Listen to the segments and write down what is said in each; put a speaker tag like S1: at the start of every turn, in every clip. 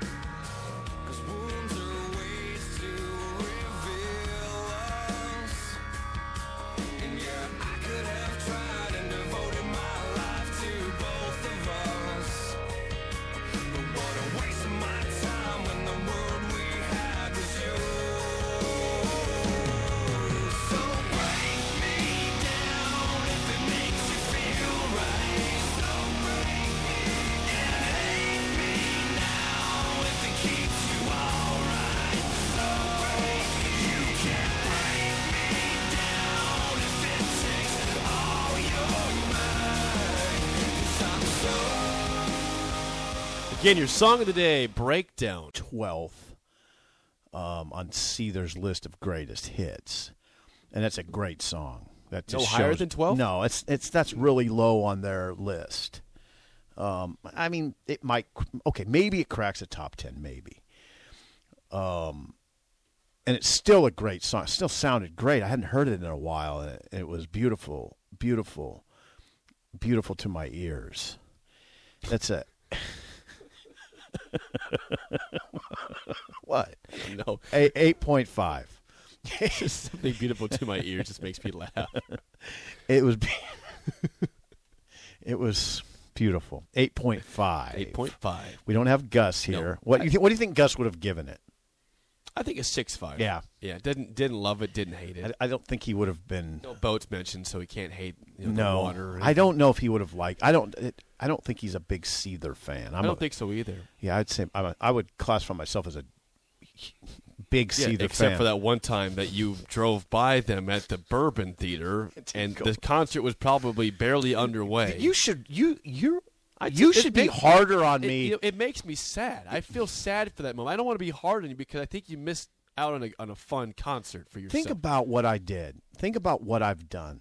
S1: Cause wounds are ways to reveal us. And yeah, I could have tried and devoted my life to both of us. But what a waste of my time when the word we had was yours. So break me down if it makes you feel right. So break me and hate me now if it keeps you alright. So break me, you can't break me down if it takes all your mind. 'Cause I'm so.
S2: Again, your Song of the Day breakdown
S3: 12th um, on Seether's list of greatest hits, and that's a great song. That
S2: No
S3: just
S2: higher
S3: shows-
S2: than 12?
S3: No, it's it's that's really low on their list. Um, I mean, it might. Okay, maybe it cracks a top ten, maybe. Um, and it's still a great song. It still sounded great. I hadn't heard it in a while, and it, it was beautiful, beautiful, beautiful to my ears. That's a what?
S2: No,
S3: A eight point five.
S2: something beautiful to my ears just makes me laugh.
S3: It was. be- it was beautiful. Eight point five.
S2: 8.5.
S3: We don't have Gus here.
S2: No.
S3: What you thi- what do you think Gus would have given it?
S2: I think a 6.5.
S3: Yeah.
S2: Yeah. Didn't didn't love it. Didn't hate it.
S3: I, I don't think he would have been.
S2: no boats mentioned, so he can't hate you know, the
S3: No,
S2: water. or
S3: I don't know if he would have liked. I don't. It, I don't think he's a big Seether fan. I'm
S2: I don't
S3: a-
S2: think so either.
S3: Yeah, I'd say I'm a, I would classify myself as a big
S2: Yeah,
S3: Seether
S2: except
S3: fan.
S2: for that one time that you drove by them at the Bourbon Theater, and the concert was probably barely underway.
S3: You should. You you.
S2: I-
S3: you
S2: it
S3: should be
S2: makes-
S3: harder on
S2: it,
S3: me.
S2: you know, it makes me sad. I feel sad for that moment. I don't want to be hard on you because I think you missed out on a, on a fun concert for yourself.
S3: Think about what I did. Think about what I've done.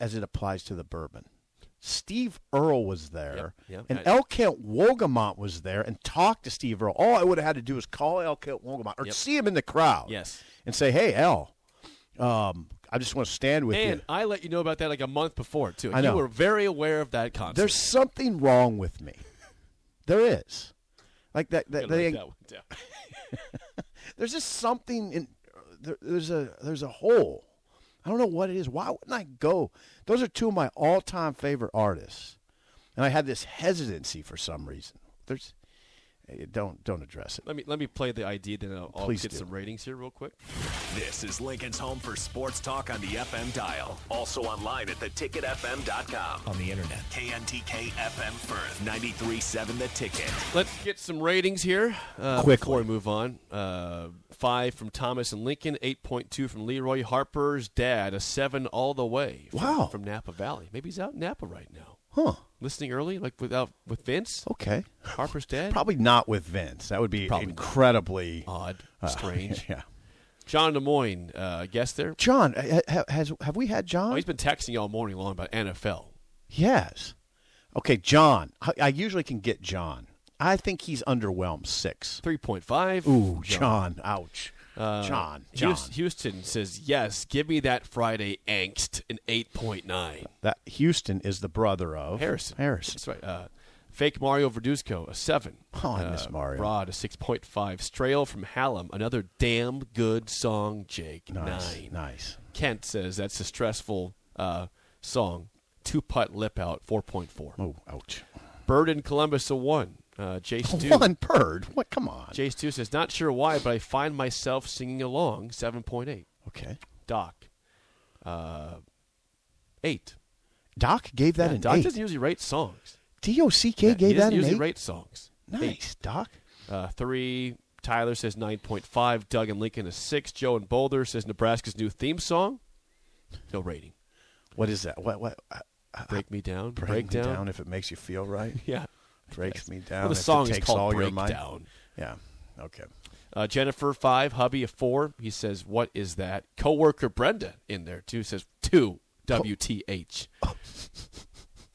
S3: as it applies to the bourbon. Steve Earle was there,
S2: Yep, yep.
S3: and
S2: I-
S3: El Kent Wogamont was there, and talked to Steve Earle. All I would have had to do is call El Kent Wogamont or
S2: Yep.
S3: see him in the crowd,
S2: Yes.
S3: and say, "Hey, El, um, I just want to stand with
S2: And
S3: you."
S2: I let you know about that like a month before too.
S3: I know.
S2: You were very aware of that concert.
S3: There's something wrong with me. There is, like that.
S2: I'm
S3: that,
S2: gonna
S3: they,
S2: write that one down.
S3: There's just something in there, there's a there's a hole. I don't know what it is. Why wouldn't I go? Those are two of my all-time favorite artists, and I had this hesitancy for some reason. There's eh, don't don't address it.
S2: Let me let me play the idea, then I'll, I'll
S3: Please
S2: get
S3: do.
S2: some ratings here real quick.
S4: This is Lincoln's home for sports talk on the FM dial. Also online at theticketfm.com.
S5: on the internet.
S4: KNTK FM Firth, 93.7 The Ticket.
S2: Let's get some ratings here uh,
S3: Quickly.
S2: before we move on. Uh, five from Thomas and Lincoln, eight point two from Leroy Harper's dad, a seven all the way. From,
S3: Wow.
S2: from Napa Valley. Maybe he's out in Napa right now,
S3: Huh?
S2: listening early, like without with Vince
S3: Okay.
S2: Harper's dad.
S3: Oh, Probably not with Vince. That would be
S2: Probably not.
S3: incredibly
S2: Odd,
S3: uh,
S2: strange.
S3: yeah.
S2: John Des Moines, uh, guest there.
S3: John, ha- ha- has have we had John?
S2: Oh, he's been texting all morning long about NFL.
S3: Yes. Okay, John. I, I usually can get John. I think he's underwhelmed six.
S2: Three point five.
S3: Ooh, John. Uh, Ouch. John. John.
S2: Houston, Houston says yes. Give me that Friday angst. An eight point nine.
S3: that Houston is the brother of
S2: Harrison.
S3: Harrison.
S2: That's right. Uh, fake Mario Verduzco, a seven.
S3: Oh, I miss
S2: Uh,
S3: Mario.
S2: Rod, a six point five. Strail from Hallam, another damn good song. Jake,
S3: Nice.
S2: nine.
S3: Nice.
S2: Kent says that's a stressful uh, song. Two putt lip out, four point four.
S3: Oh, ouch.
S2: Bird in Columbus, a one. Uh, Jace Dew.
S3: One bird. What? Come on.
S2: Jace Dew says not sure why, but I find myself singing along. Seven point eight.
S3: okay.
S2: Doc. Uh, eight.
S3: Doc gave that
S2: Yeah,
S3: an
S2: Doc
S3: eight.
S2: doesn't usually write songs.
S3: D O C
S2: Yeah,
S3: K
S2: he
S3: gave
S2: doesn't
S3: that an
S2: usually
S3: eight.
S2: write songs.
S3: nice,
S2: Eight.
S3: Doc.
S2: Uh, three. Tyler says 9.5. Doug and Lincoln is six. Joe and Boulder says Nebraska's new theme song. No rating.
S3: What is that? What? What? Uh,
S2: Break me down.
S3: break
S2: break
S3: me
S2: down.
S3: down if it makes you feel right.
S2: Yeah.
S3: Breaks me down.
S2: Well, the
S3: if it
S2: song is
S3: takes
S2: called
S3: all your mind.
S2: Breakdown.
S3: Yeah. Okay.
S2: Uh, Jennifer five. Hubby a four. He says, "What is that?" Coworker Brenda in there too says two. WTH.
S3: Oh,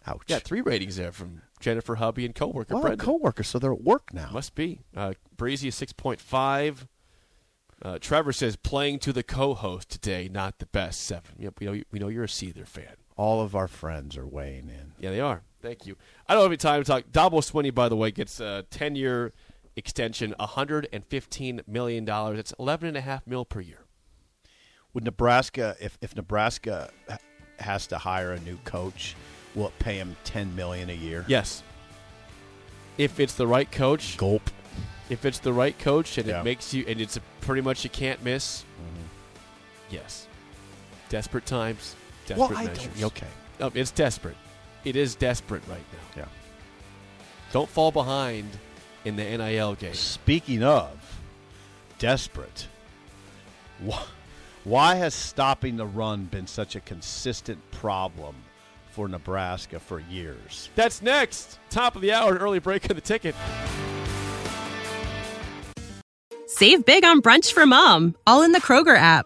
S3: Ouch.
S2: Yeah, three ratings there from Jennifer, Hubby, and coworker
S3: Well,
S2: Brenda.
S3: coworkers, so they're at work now.
S2: Must be. Uh, Breezy is 6.5. Uh, Trevor says playing to the co-host today, not the best seven. Yep, we know you- we know you're a Seether fan.
S3: All of our friends are weighing in.
S2: Yeah, they are. Thank you. I don't have any time to talk. Dabo Swinney, by the way, gets a 10-year extension, 115 million dollars. It's 11 and a half mil per year.
S3: Would Nebraska, if if Nebraska ha- has to hire a new coach, will it pay him ten million a year?
S2: Yes. If it's the right coach,
S3: Gulp.
S2: if it's the right coach, and
S3: Yeah.
S2: it makes you, and it's a, pretty much you can't miss. Yes. Desperate times. Desperate
S3: Mm-hmm. well, I
S2: measures.
S3: don't. Okay.
S2: Oh, it's desperate. It is desperate right now.
S3: Yeah.
S2: Don't fall behind in the NIL game.
S3: Speaking of desperate, why, why has stopping the run been such a consistent problem for Nebraska for years?
S2: That's next. Top of the hour, an early break on the ticket.
S6: Save big on brunch for mom, all in the Kroger app.